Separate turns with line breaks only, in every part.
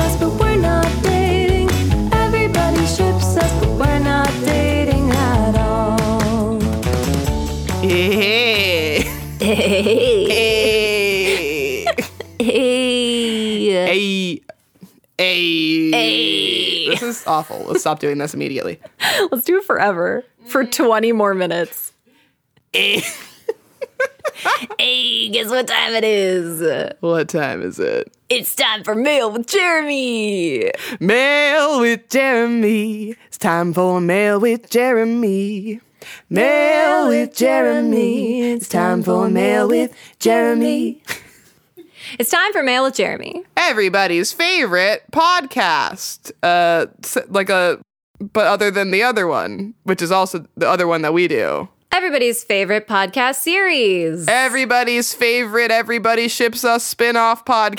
awful. Let's stop doing this immediately.
Let's do it forever for 20 more minutes. hey, guess what time it is?
What time is it?
It's time for mail with Jeremy.
Mail with Jeremy. It's time for mail with Jeremy. Mail with Jeremy. It's time for mail with Jeremy.
It's time for mail with Jeremy.
Everybody's favorite podcast. Uh, s- like a, but other than the other one, which is also the other one that we do.
Everybody's favorite podcast series.
Everybody's favorite. Everybody ships us spin-off podcast.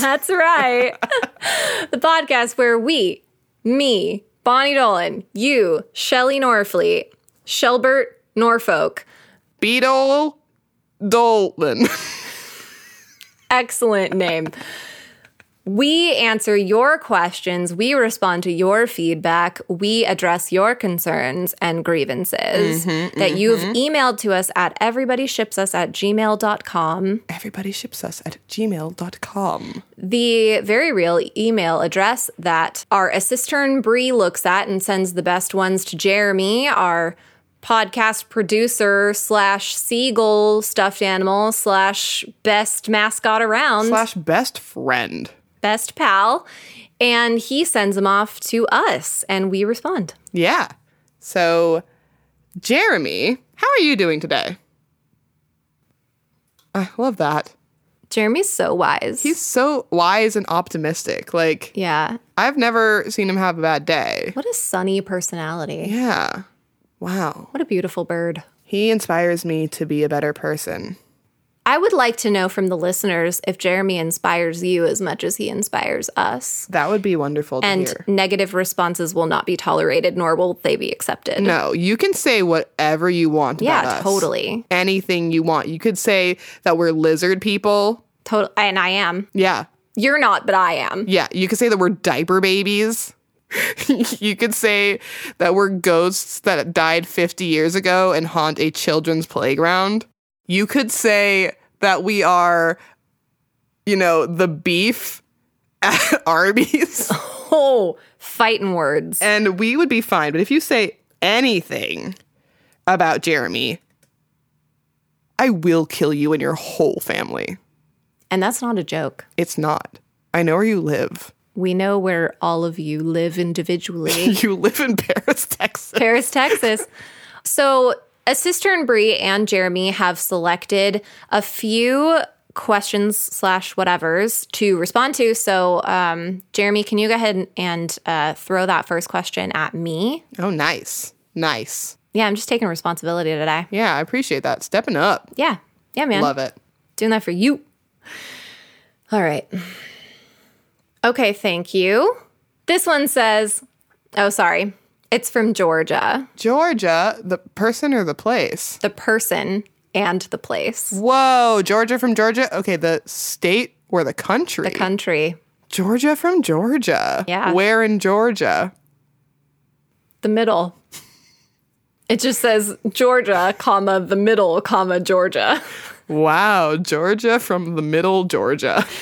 That's right. the podcast where we, me, Bonnie Dolan, you, Shelly Norfleet, Shelbert Norfolk,
Beetle Dolan.
excellent name. We answer your questions, we respond to your feedback, we address your concerns and grievances that you've emailed to us at everybodyshipsus at gmail.com.
Everybody ships us at gmail.com.
The very real email address that our assistant Bree looks at and sends the best ones to Jeremy, our podcast producer slash seagull stuffed animal slash best mascot around.
Slash best friend.
best pal, and he sends them off to us, and we respond.
Yeah. So, Jeremy, how are you doing today? I love that.
Jeremy's so wise.
He's so wise and optimistic. Like,
yeah.
I've never seen him have a bad day.
What a sunny personality.
Yeah. Wow.
What a beautiful bird.
He inspires me to be a better person.
I would like to know from the listeners if Jeremy inspires you as much as he inspires us.
That would be wonderful to
And
hear.
negative responses will not be tolerated, nor will they be accepted.
No, you can say whatever you want about
yeah,
us.
totally.
Anything you want. You could say that we're lizard people.
Total. And I am.
Yeah.
You're not, but I am.
Yeah, you could say that we're diaper babies. you could say that we're ghosts that died 50 years ago and haunt a children's playground. You could say that we are, you know, the beef at Arby's,
Oh, fighting words.
and we would be fine. But if you say anything about Jeremy, I will kill you and your whole family.
And that's not a joke.
It's not. I know where you live.
We know where all of you live individually.
You live in Paris, Texas.
Paris, Texas. So, a sister and Bree and Jeremy have selected a few questions slash whatever's to respond to. So, um, Jeremy, can you go ahead and uh, throw that first question at me?
Oh, nice. Nice.
Yeah, I'm just taking responsibility today.
Yeah, I appreciate that. Stepping up.
Yeah, yeah, man,
Love it.
doing that for you. All right. Okay, thank you. This one says, "Oh, sorry." It's from Georgia.
Georgia, the person or the place?
The person and the place.
Whoa, Georgia from Georgia? Okay, the state or the country?
country.
Georgia from Georgia.
Yeah.
Where in Georgia?
The middle. It just says Georgia, comma, the middle, comma, Georgia.
Wow, Georgia from the middle Georgia.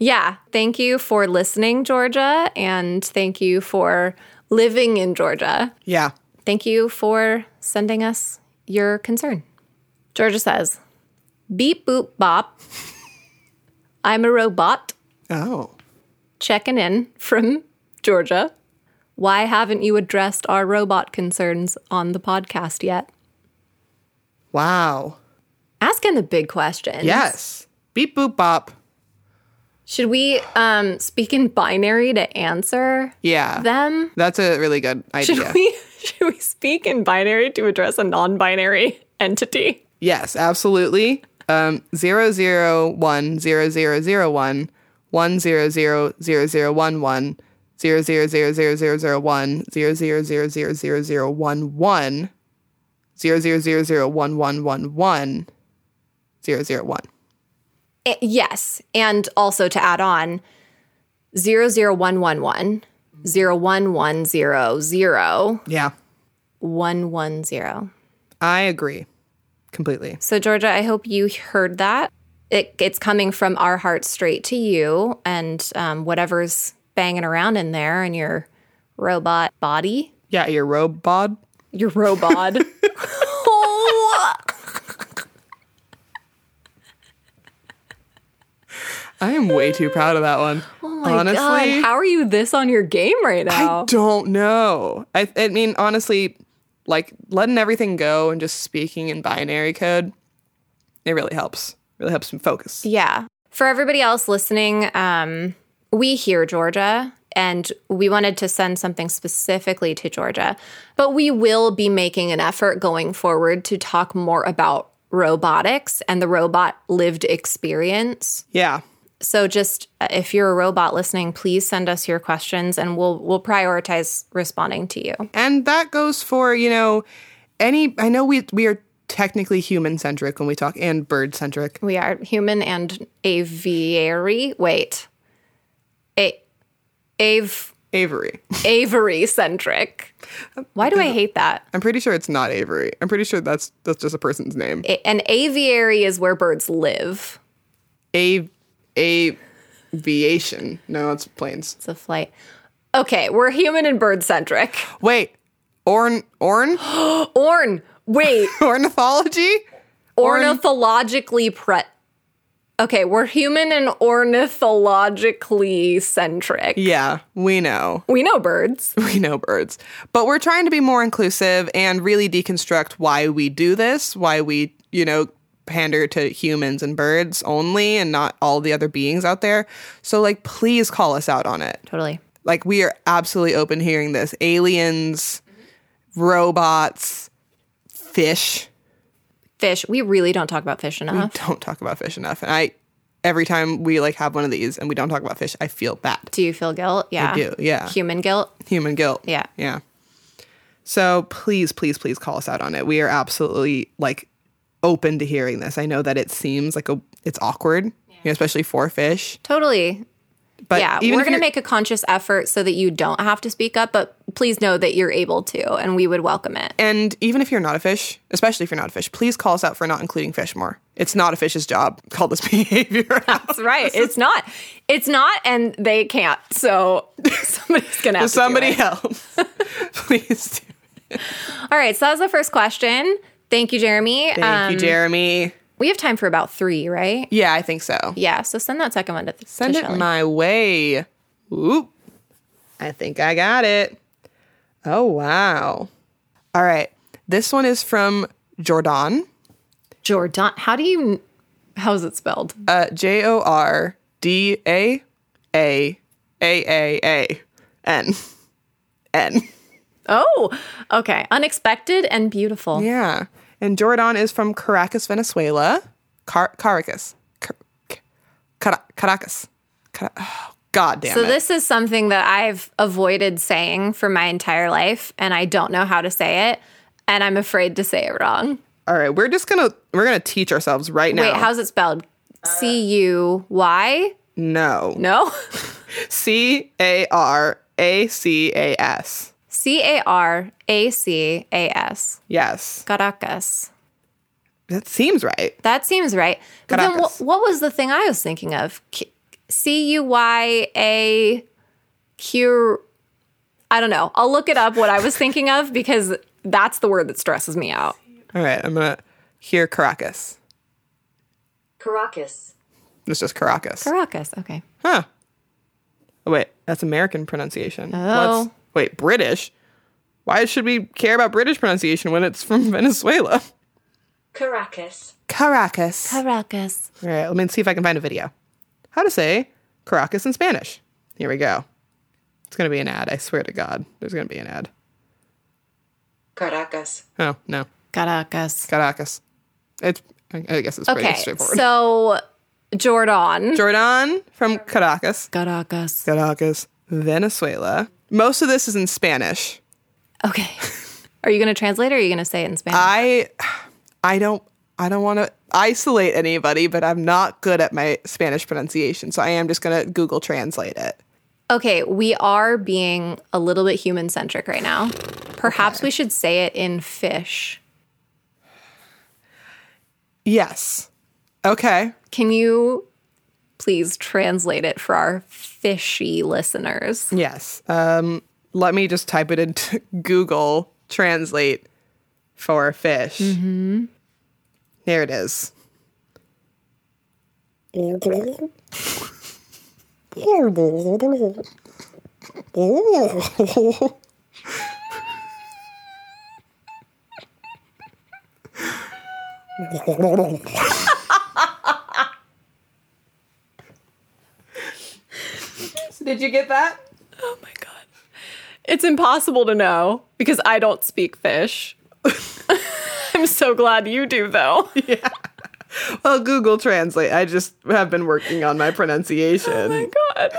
Yeah. Thank you for listening, Georgia. And thank you for living in Georgia.
Yeah.
Thank you for sending us your concern. Georgia says, beep boop bop. I'm a robot.
Oh.
Checking in from Georgia. Why haven't you addressed our robot concerns on the podcast yet?
Wow.
Asking the big questions.
Yes. Beep boop bop.
Should we um, speak in binary to answer
Yeah.
them?
That's a really good
Should
idea.
we should we speak in binary to address a non-binary entity?
Yes, absolutely. Um, zero zero one zero zero zero one one zero zero zero zero one one zero zero zero zero zero zero one zero zero zero zero zero zero one one zero zero zero zero one one one one zero zero one.
Eh, yes, and also to add on 00111 01100
Yeah,
110.
I agree completely.
So Georgia, I hope you heard that. It, it's coming from our heart straight to you, and um, whatever's banging around in there in your robot body.
Yeah, your robot.
Your robot. oh,
I am way too proud of that one.
Oh my God. How are you this on your game right now?
I don't know. I, I mean, honestly, like letting everything go and just speaking in binary code, it really helps. Really helps me focus.
Yeah. For everybody else listening, um, we hear Georgia and we wanted to send something specifically to Georgia, but we will be making an effort going forward to talk more about robotics and the robot lived experience.
Yeah.
So just uh, if you're a robot listening, please send us your questions and we'll we'll prioritize responding to you.
And that goes for, you know, any I know we we are technically human centric when we talk and bird centric.
We are human and aviary. Wait. A- av-
Avery.
Avery centric. Why do I hate that?
I'm pretty sure it's not Avery. I'm pretty sure that's that's just a person's name.
A- an aviary is where birds live.
A a aviation. No, it's planes.
It's a flight. Okay, we're human and bird centric.
Wait. Orn orn
Orn, wait,
ornithology?
ornithologically pre. Okay, we're human and ornithologically centric.
Yeah, we know.
We know birds.
We know birds. But we're trying to be more inclusive and really deconstruct why we do this, why we, you know, pander to humans and birds only and not all the other beings out there. So, like, please call us out on it.
Totally.
Like, we are absolutely open hearing this. Aliens, robots, fish.
Fish. We really don't talk about fish enough.
Don't talk about fish enough. And I, every time we like have one of these and we don't talk about fish, I feel bad.
Do you feel guilt? Yeah.
do, yeah.
Human guilt.
Human guilt.
Yeah.
Yeah. So please, please, please call us out on it. We are absolutely like open to hearing this. I know that it seems like a it's awkward, you know, especially for fish.
Totally.
But
yeah,
even
we're
if
going to
you're-
make a conscious effort so that you don't have to speak up, but please know that you're able to, and we would welcome it.
and even if you're not a fish, especially if you're not a fish, please call us out for not including fish more. It's not a fish's job. Call this behavior out.
That's right. It's not. It's not, and they can't. So somebody's gonna have to do
Somebody
it.
else. please do.
All right. So that was the first question. Thank you, Jeremy. Uh,
Thank you, Jeremy.
we have time for about three, right?
Yeah, I think so.
Yeah. So send that second one to
Send
to
it
Shelley.
my way. Oop. I think I got it. Oh, wow. All right. This one is from Jordan,
Jordan. How do you? How is it spelled?
uh, J O R D A A A A A N. N.
Oh, okay. Unexpected and beautiful.
Yeah. And Jordan is from Caracas, Venezuela. Car- Caracas. Car- Cara- Caracas. Cara- oh, God damn
So
it.
this is something that I've avoided saying for my entire life, and I don't know how to say it, and I'm afraid to say it wrong.
All right, we're just gonna we're gonna teach ourselves right now.
Wait, how's it spelled? C U Y?
no.
No.
C A R A C A S.
C A R A C A S.
Yes,
Caracas.
that seems right.
That seems right. But then
Caracas.
wh- what was the thing I was thinking of? Q- C U Y A Q. I don't know. I'll look it up what I was thinking of because that's the word that stresses me out.
All right, I'm gonna hear Caracas.
Caracas.
It's just Caracas.
Caracas. Okay.
huh? Oh, wait, that's American pronunciation.
Oh.
What's- wait, British. Why should we care about British pronunciation when it's from Venezuela?
Caracas.
Caracas. All
Caracas.
right, let me see if I can find a video. How to say Caracas in Spanish. Here we go. It's gonna be an ad. I swear to God, there's gonna be an ad.
Caracas.
Oh no,
Caracas.
Caracas. It's I I guess it's pretty
Okay.
straightforward.
So, Jordan.
Jordan from Caracas.
Caracas.
Caracas, Venezuela. Most of this is in Spanish.
Okay. Are you going to translate or are you going to say it in Spanish?
I I don't I don't want to isolate anybody, but I'm not good at my Spanish pronunciation, so I am just going to Google translate it.
Okay, we are being a little bit human centric right now. Perhaps we should say it in fish.
Yes. Okay.
Can
Oh
you please translate it for our fishy listeners?
Yes. Um let me just type it into Google Translate for fish. Mm-hmm. There it is. Did you get that?
Oh my god. It's impossible to know because I don't speak fish. I'm so glad you do though.
Well, Google Translate. I just have been working on my pronunciation.
Oh my god.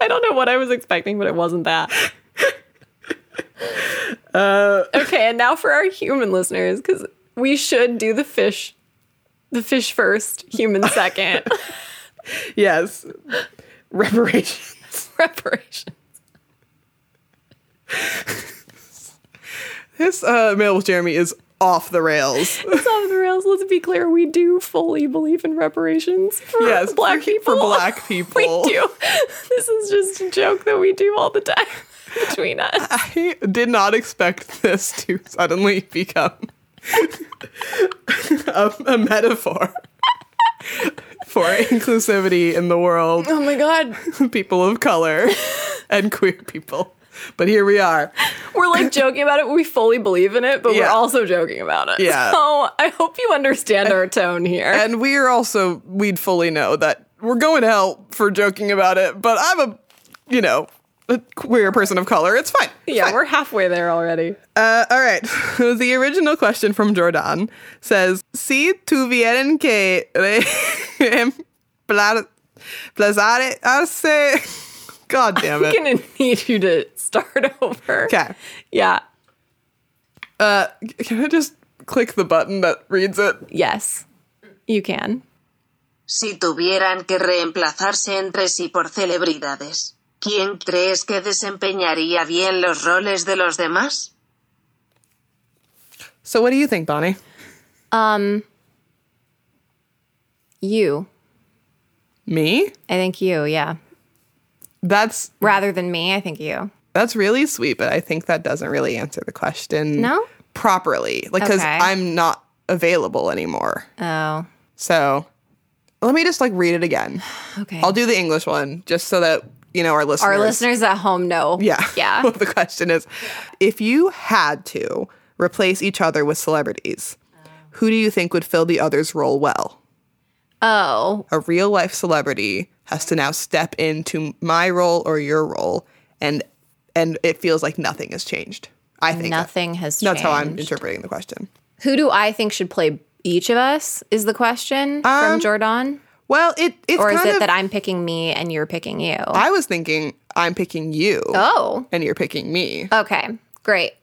I don't know what I was expecting, but it wasn't that.
Uh,
okay, and now for our human listeners, because we should do the fish, the fish first, human second
yes. Reparation.
preparation.
This uh, mail with Jeremy is off the rails.
It's off the rails. Let's be clear, we do fully believe in reparations for
Yes,
black
for-
people.
for black people.
we do. This is just a joke that we do all the time between us.
I did not expect this to suddenly become a, a metaphor for inclusivity in the world,
Oh my god.
people of color, and queer people. But here we are.
We're like joking about it. We fully believe in it, but we're
Yeah.
also joking about it.
Yeah.
So I hope you understand our tone here.
And we are also, we'd fully know that we're going to hell for joking about it, but I'm a, you know, a queer person of color. It's fine. It's
Yeah,
fine.
we're halfway there already.
Uh, all right. the original question from Jordan says, Si tuvieran que reemplazarse. God damn
I'm
it.
gonna need you to start over.
Okay.
Yeah.
Uh, can I just click the button that reads it?
Yes. You can.
Si tuvieran que reemplazarse entre sí por celebridades, ¿quién crees que desempeñaría bien los roles de los demás?
So, what do you think, Bonnie?
Um, you.
Me?
I think you, yeah.
That's
Rather than me, I think you.
that's really sweet, but I think that doesn't really answer the question
No?
properly. Like, because
Okay.
I'm not available anymore.
Oh,
So, let me just like read it again.
okay.
I'll do the English one just so that you know our listeners.
Our listeners at home know.
Yeah.
Yeah.
What the question is if you had to replace each other with celebrities, who do you think would fill the other's role well?
Oh,
A real life celebrity has to now step into my role or your role and and it feels like nothing has changed. I think that-
nothing has
that's how I'm
changed.
interpreting the question.
Who do I think should play each of us is the question
Um,
from Jordan?
Well, it it's
Or is
kind
it
of,
that I'm picking me and you're picking you?
I was thinking I'm picking you
oh,
and you're picking me.
okay. Great.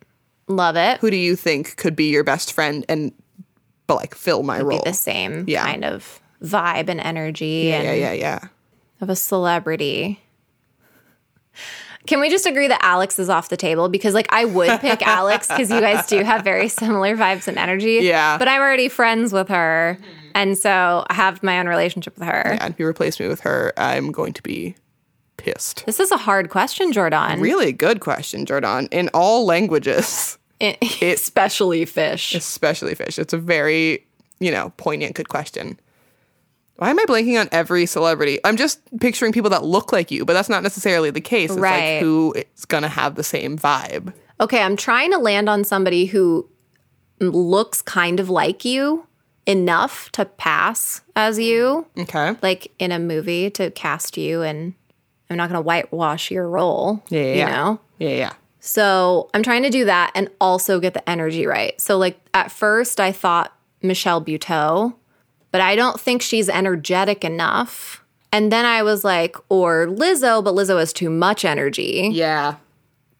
Love it.
who do you think could be your best friend and but like fill my
Be
role?
the same
Yeah.
kind of vibe and energy and
Yeah, yeah, yeah.
of a celebrity. Can we just agree that Alex is off the table? Because like I would pick Alex because you guys do have very similar vibes and energy.
Yeah. Mm-hmm.
But I'm already friends with her. And so I have my own relationship with her.
And if you replace me with her, I'm going to be pissed.
This is a hard question, Jordan.
Really good question, Jordan. In all languages,
Especially fish.
especially fish, it's a very, you know, poignant, good question. Why am I blanking on every celebrity? I'm just picturing people that look like you, but that's not necessarily the case. It's
Right.
like who is going to have the same vibe.
Okay, I'm trying to land on somebody who looks kind of like you enough to pass as you,
Okay.
like in a movie to cast you and I'm not going to whitewash your role,
Yeah, yeah,
you
yeah.
know.
Yeah, yeah.
So, I'm trying to do that and also get the energy right. So like at first I thought Michelle Buteau, but I don't think she's energetic enough. And then I was like, or Lizzo, but Lizzo has too much energy
Yeah.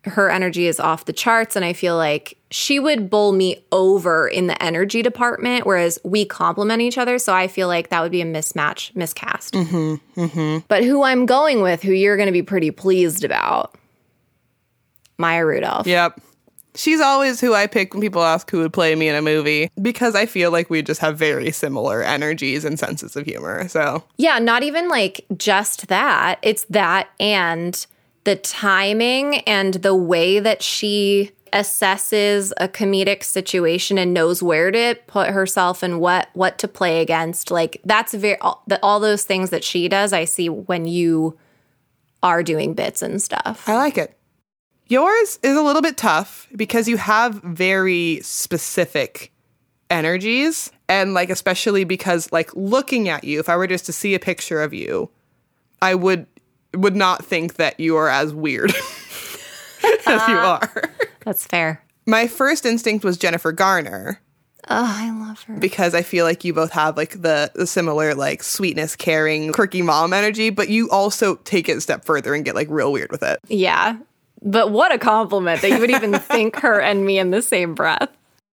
her energy is off the charts and i feel like she would bowl me over in the energy department whereas we complement each other so i feel like that would be a mismatch miscast mm-hmm, mm-hmm. but who i'm going with who you're going to be pretty pleased about maya rudolph
Yep. She's always who I pick when people ask who would play me in a movie because I feel like we just have very similar energies and senses of humor. So,
yeah not even like just that it's that and the timing and the way that she assesses a comedic situation and knows where to put herself and what what to play against like that's very all, the, all those things that she does i see when you are doing bits and stuff
I like it. Yours is a little bit tough because you have very specific energies. And, like, especially because, like, looking at you, if I were just to see a picture of you, I would would not think that you are as weird as you are.
that's fair
My first instinct was Jennifer Garner
oh i love her
because I feel like you both have like the, the similar like sweetness, caring, quirky mom energy, but you also take it a step further and get like real weird with it.
Yeah. But what a compliment that you would even think her and me in the same breath.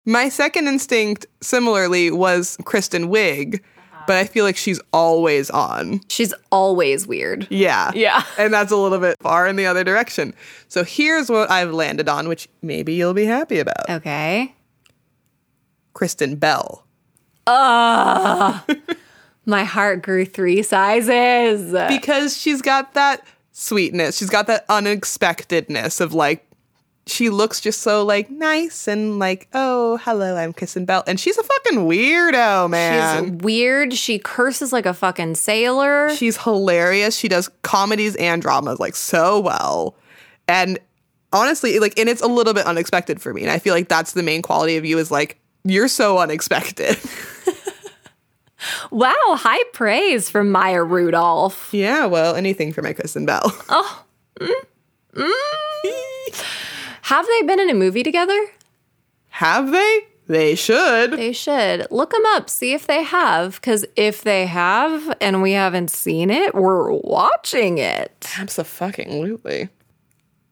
My second instinct, similarly, was Kristen Wiig, but I feel like she's always on.
she's always weird
Yeah.
Yeah.
And that's a little bit far in the other direction. So here's what I've landed on, which maybe you'll be happy about
okay
Kristen Bell.
my heart grew three sizes
Because she's got that sweetness, she's got that unexpectedness of like, she looks just so like nice and like, oh, hello, I'm Kristen Bell. And she's a fucking weirdo, man.
She's weird. She curses like a fucking sailor.
She's hilarious. She does comedies and dramas like so well. And honestly, like and it's a little bit unexpected for me. And I feel like that's the main quality of you is like you're so unexpected.
wow, high praise from Maya Rudolph.
yeah, well, anything for my Kristen Bell.
Have they been in a movie together?
Have they? They should.
They should. Look them up, see if they have, because if they have and we haven't seen it, we're watching it.
Absolutely.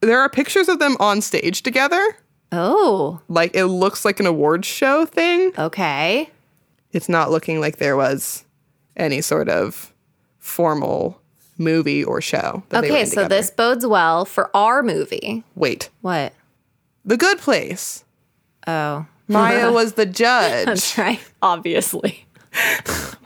There are pictures of them on stage together.
Oh,
Like it looks like an awards show thing.
okay.
it's not looking like there was any sort of formal movie or show. that they were
Okay,
in
so
together.
this bodes well for our movie.
wait,
What?
The Good Place.
Oh.
Maya was the judge.
Right.
Obviously.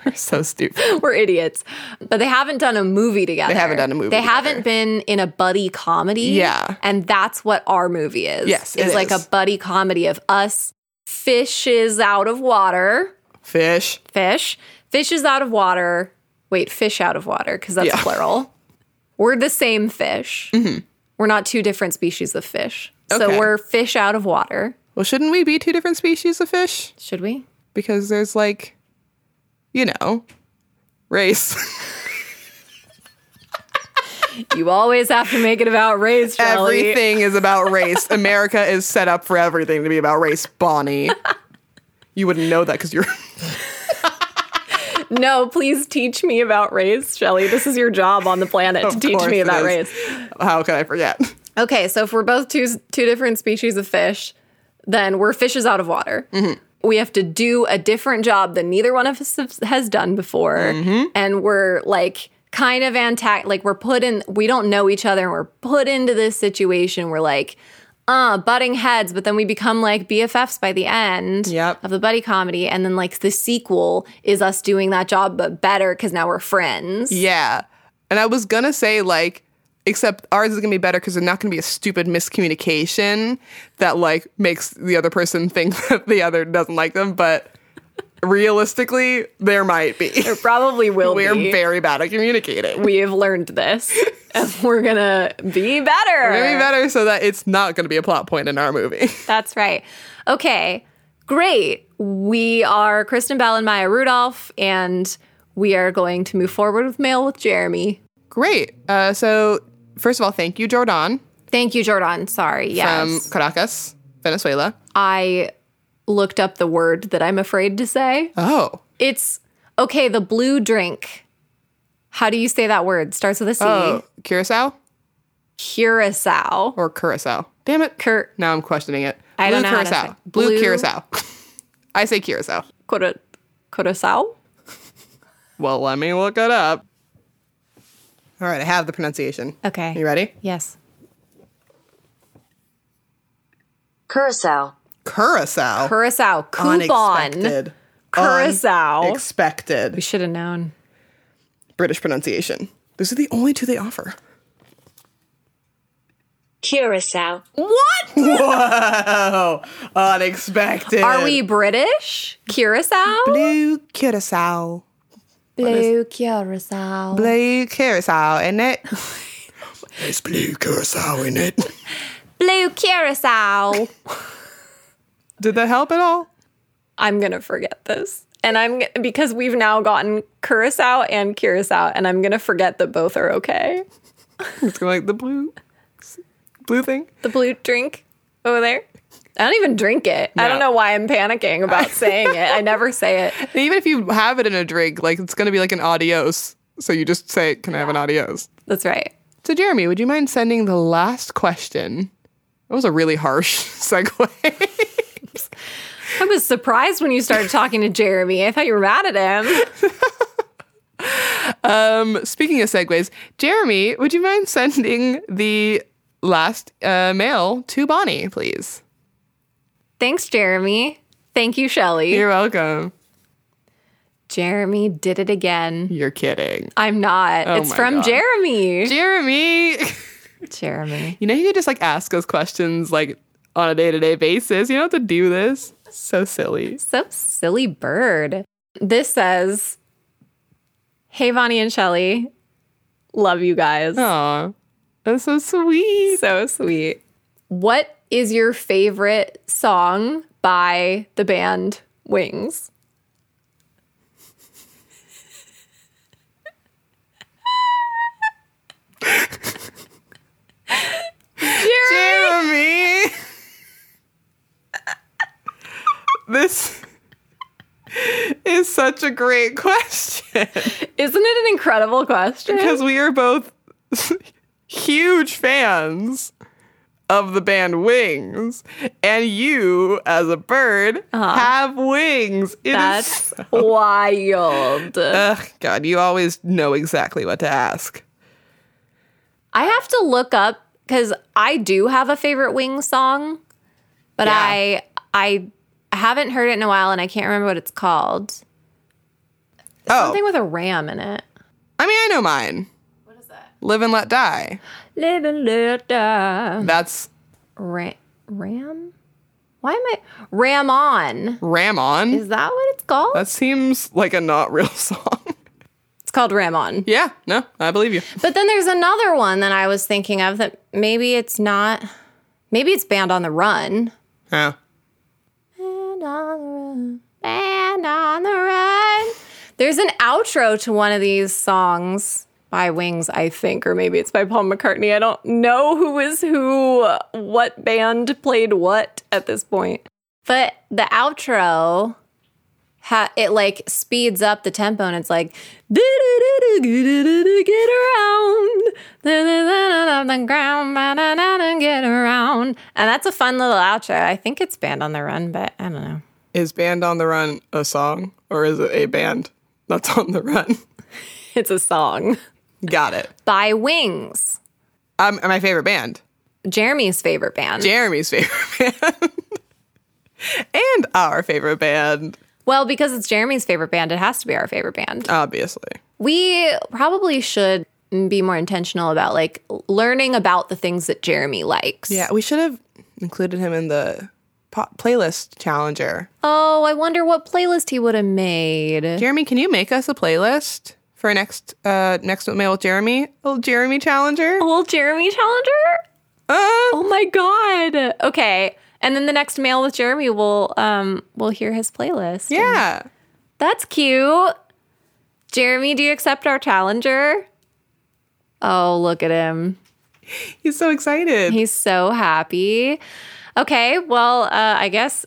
We're so stupid.
We're idiots.
But they haven't done a movie together.
They haven't done a movie
They
together.
haven't been in a buddy comedy.
Yeah.
And that's what our movie is.
Yes, it
It's like a
is.
buddy comedy of us fishes out of water.
Fish.
Fish. Fishes out of water. Wait, fish out of water, because that's
Yeah. Mm-hmm.
plural. We're the same fish. We're not two different species of fish.
Okay.
So we're fish out of water.
Well, shouldn't we be two different species of fish?
Should we?
Because there's like, you know, race.
You always have to make it about race, Charlie.
everything is about race. America is set up for everything to be about race, Bonnie. You wouldn't know that because you're.
No, please teach me about race, Shelly. This is your job on the planet to
Of
teach
course
me
it
about
is.
race.
How can I forget?
Okay, so if we're both two two different species of fish, then we're fishes out of water. We have to do a different job than neither one of us have- has done before, and we're like kind of antac like we're put in. We don't know each other, and we're put into this situation. We're like. Uh, butting heads, but then we become like BFFs by the end
Yep.
of the buddy comedy, and then like the sequel is us doing that job but better because now we're friends.
Yeah. And I was going to say, like, except ours is going to be better because there's not going to be a stupid miscommunication that, like, makes the other person think that the other doesn't like them. But realistically, there might be.
Probably will
We're
be.
very bad at communicating.
we have learned this. and we're gonna be better.
We're going to be better so that it's not going to be a plot point in our movie.
That's right. Okay, great. We are Kristen Bell and Maya Rudolph, and we are going to move forward with Mail with Jeremy.
Great. Uh, so, first of all, thank you, Jordan
Thank you, Jordan. Sorry.
from
Yes.
Caracas, Venezuela.
I looked up the word that I'm afraid to say.
Oh.
It's okay, the blue drink. How do you say that word? Starts with a C.
Oh. Curacao
Curacao.
or Curacao? Damn it.
Cur-
Now I'm questioning it.
I
Blue
don't know how to
curacao.
say-
Blue,
Blue-
curacao. I say curacao.
Cura- Curacao?
Well, let me look it up. All right, I have the pronunciation.
Okay.
You ready?
Yes.
Curacao.
Curacao.
Curacao. Coupon.
Unexpected.
Curacao.
We
Expected.
should have known.
British pronunciation. Those are the only two they offer.
Curacao.
What?
Whoa! Unexpected.
Are we British? Curacao?
blue curacao?
Blue Curacao.
Blue curacao in it. There's blue curacao in it.
Blue Curacao.
Did that help at all?
I'm gonna forget this. And I'm g- because we've now gotten Curacao and Curacao, and I'm gonna forget that both are okay.
It's going like the blue, blue thing.
The blue drink over there. I don't even drink it. I don't
No.
know why I'm panicking about saying it. I never say it.
And even if you have it in a drink, like it's going to be like an adios. So you just say, "Can I have an adios?"
That's right.
So Jeremy, would you mind sending the last question? That was a really harsh segue.
I was surprised when you started talking to Jeremy. I thought you were mad at him.
Speaking of segues, Jeremy, would you mind sending the last uh, mail to Bonnie, please?
Thanks, Jeremy. Thank you, Shelly.
You're welcome.
Jeremy did it again.
You're kidding.
I'm not.
Oh
it's
my
from
God.
Jeremy.
Jeremy,
Jeremy.
you know, you could just like ask us questions like on a day to day basis. You don't have to do this. So silly.
So silly bird. This says, Hey, Bonnie and Shelly.
Love you guys.
Aw, that's so sweet.
So sweet.
What is your favorite song by the band Wings?
Jeremy. this is such a great question.
Isn't it an incredible question?
because we are both huge fans of the band Wings, and you, as a bird, have wings. It is-
That's wild.
Ugh, God, you always know exactly what to ask.
I have to look up because I do have a favorite Wings song, but
Yeah.
I I haven't heard it in a while and I can't remember what it's called.
Oh,
Something with a ram in it.
I mean, I know mine. What is that? Live and let die.
Live and let
uh.
die.
That's
Ra- ram? Why am I Ram on?
Ram on.
Is that what it's called?
that seems like a not real song.
it's called Ram on.
yeah, no, I believe you.
But then there's another one that I was thinking of that maybe it's not. Maybe it's Band on the Run.
Oh.
Band on the Run. Band on the Run. There's an outro to one of these songs by Wings.
I think, or maybe it's by Paul McCartney. I don't know who is who, what band played what at this point.
But the outro, ha- it like speeds up the tempo and it's like, "Do-do-do-do-do-do-do, get around. Do-do-do-do-do, on the ground, ba-da-da-da, get around. And that's a fun little outro. I think it's Band on the Run, but I don't know.
Is Band on the Run a song or is it a band that's on the run?
It's a song.
Got it.
By Wings,
Um, my favorite band,
Jeremy's favorite band.
Jeremy's favorite band, and our favorite band,
well, because it's Jeremy's favorite band, it has to be our favorite band.
obviously.
We probably should be more intentional about like learning about the things that Jeremy likes.
Yeah, we should have included him in the po- playlist challenger.
Oh, I wonder what playlist he would have made.
Jeremy, can you make us a playlist for next uh next mail with Jeremy? Little Jeremy challenger.
Little Jeremy Challenger?
Uh,
Oh my god. Okay. And then the next mail with Jeremy will um we'll hear his playlist.
yeah.
That's cute. Jeremy, do you accept our challenger? Oh, look at him.
He's so excited.
He's so happy. Okay, well, uh, I guess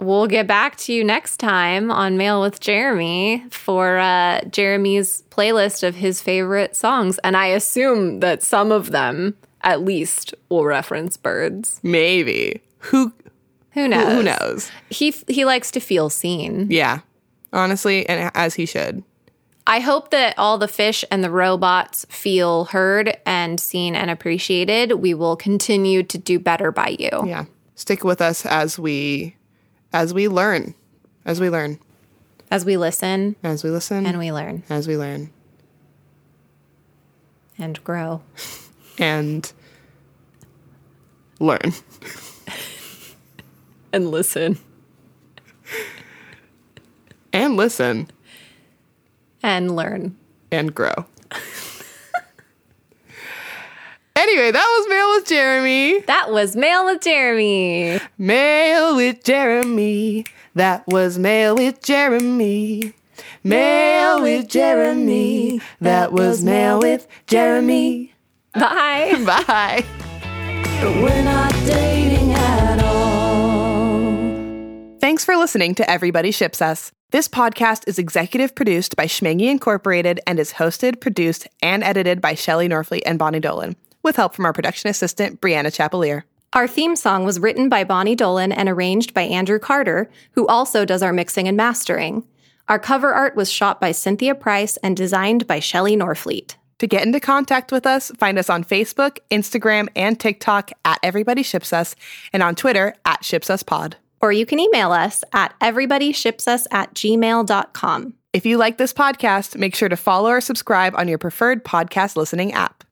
we'll get back to you next time on Mail with Jeremy for uh, Jeremy's playlist of his favorite songs.
And I assume that some of them, at least, will reference birds.
Maybe. Who
Who knows?
who knows?
He he likes to feel seen.
Yeah. Honestly, and as he should.
I hope that all the fish and the robots feel heard and seen and appreciated. We will continue to do better by you.
Yeah. Stick with us as we as we learn. As we learn.
As we listen
As we listen.
and we learn
as we learn.
and grow.
And
learn.
and listen.
And listen.
and learn.
and grow. anyway, that was Mail with Jeremy.
That was Mail with Jeremy.
Mail with Jeremy. That was Mail with Jeremy. Mail with Jeremy. That was Mail with Jeremy.
Bye.
Bye. Thanks for listening to Everybody Ships Us. This podcast is executive produced by Schmangy Incorporated and is hosted, produced, and edited by Shelley Norfleet and Bonnie Dolan, with help from our production assistant, Brianna Chapelier.
Our theme song was written by Bonnie Dolan and arranged by Andrew Carter, who also does our mixing and mastering. Our cover art was shot by Cynthia Price and designed by Shelley Norfleet.
To get into contact with us, find us on Facebook, Instagram, and TikTok at Everybody Ships Us, and on Twitter at Ships Us Pod.
Or you can email us at everybodyshipsus at gmail.com.
If you like this podcast, make sure to follow or subscribe on your preferred podcast listening app.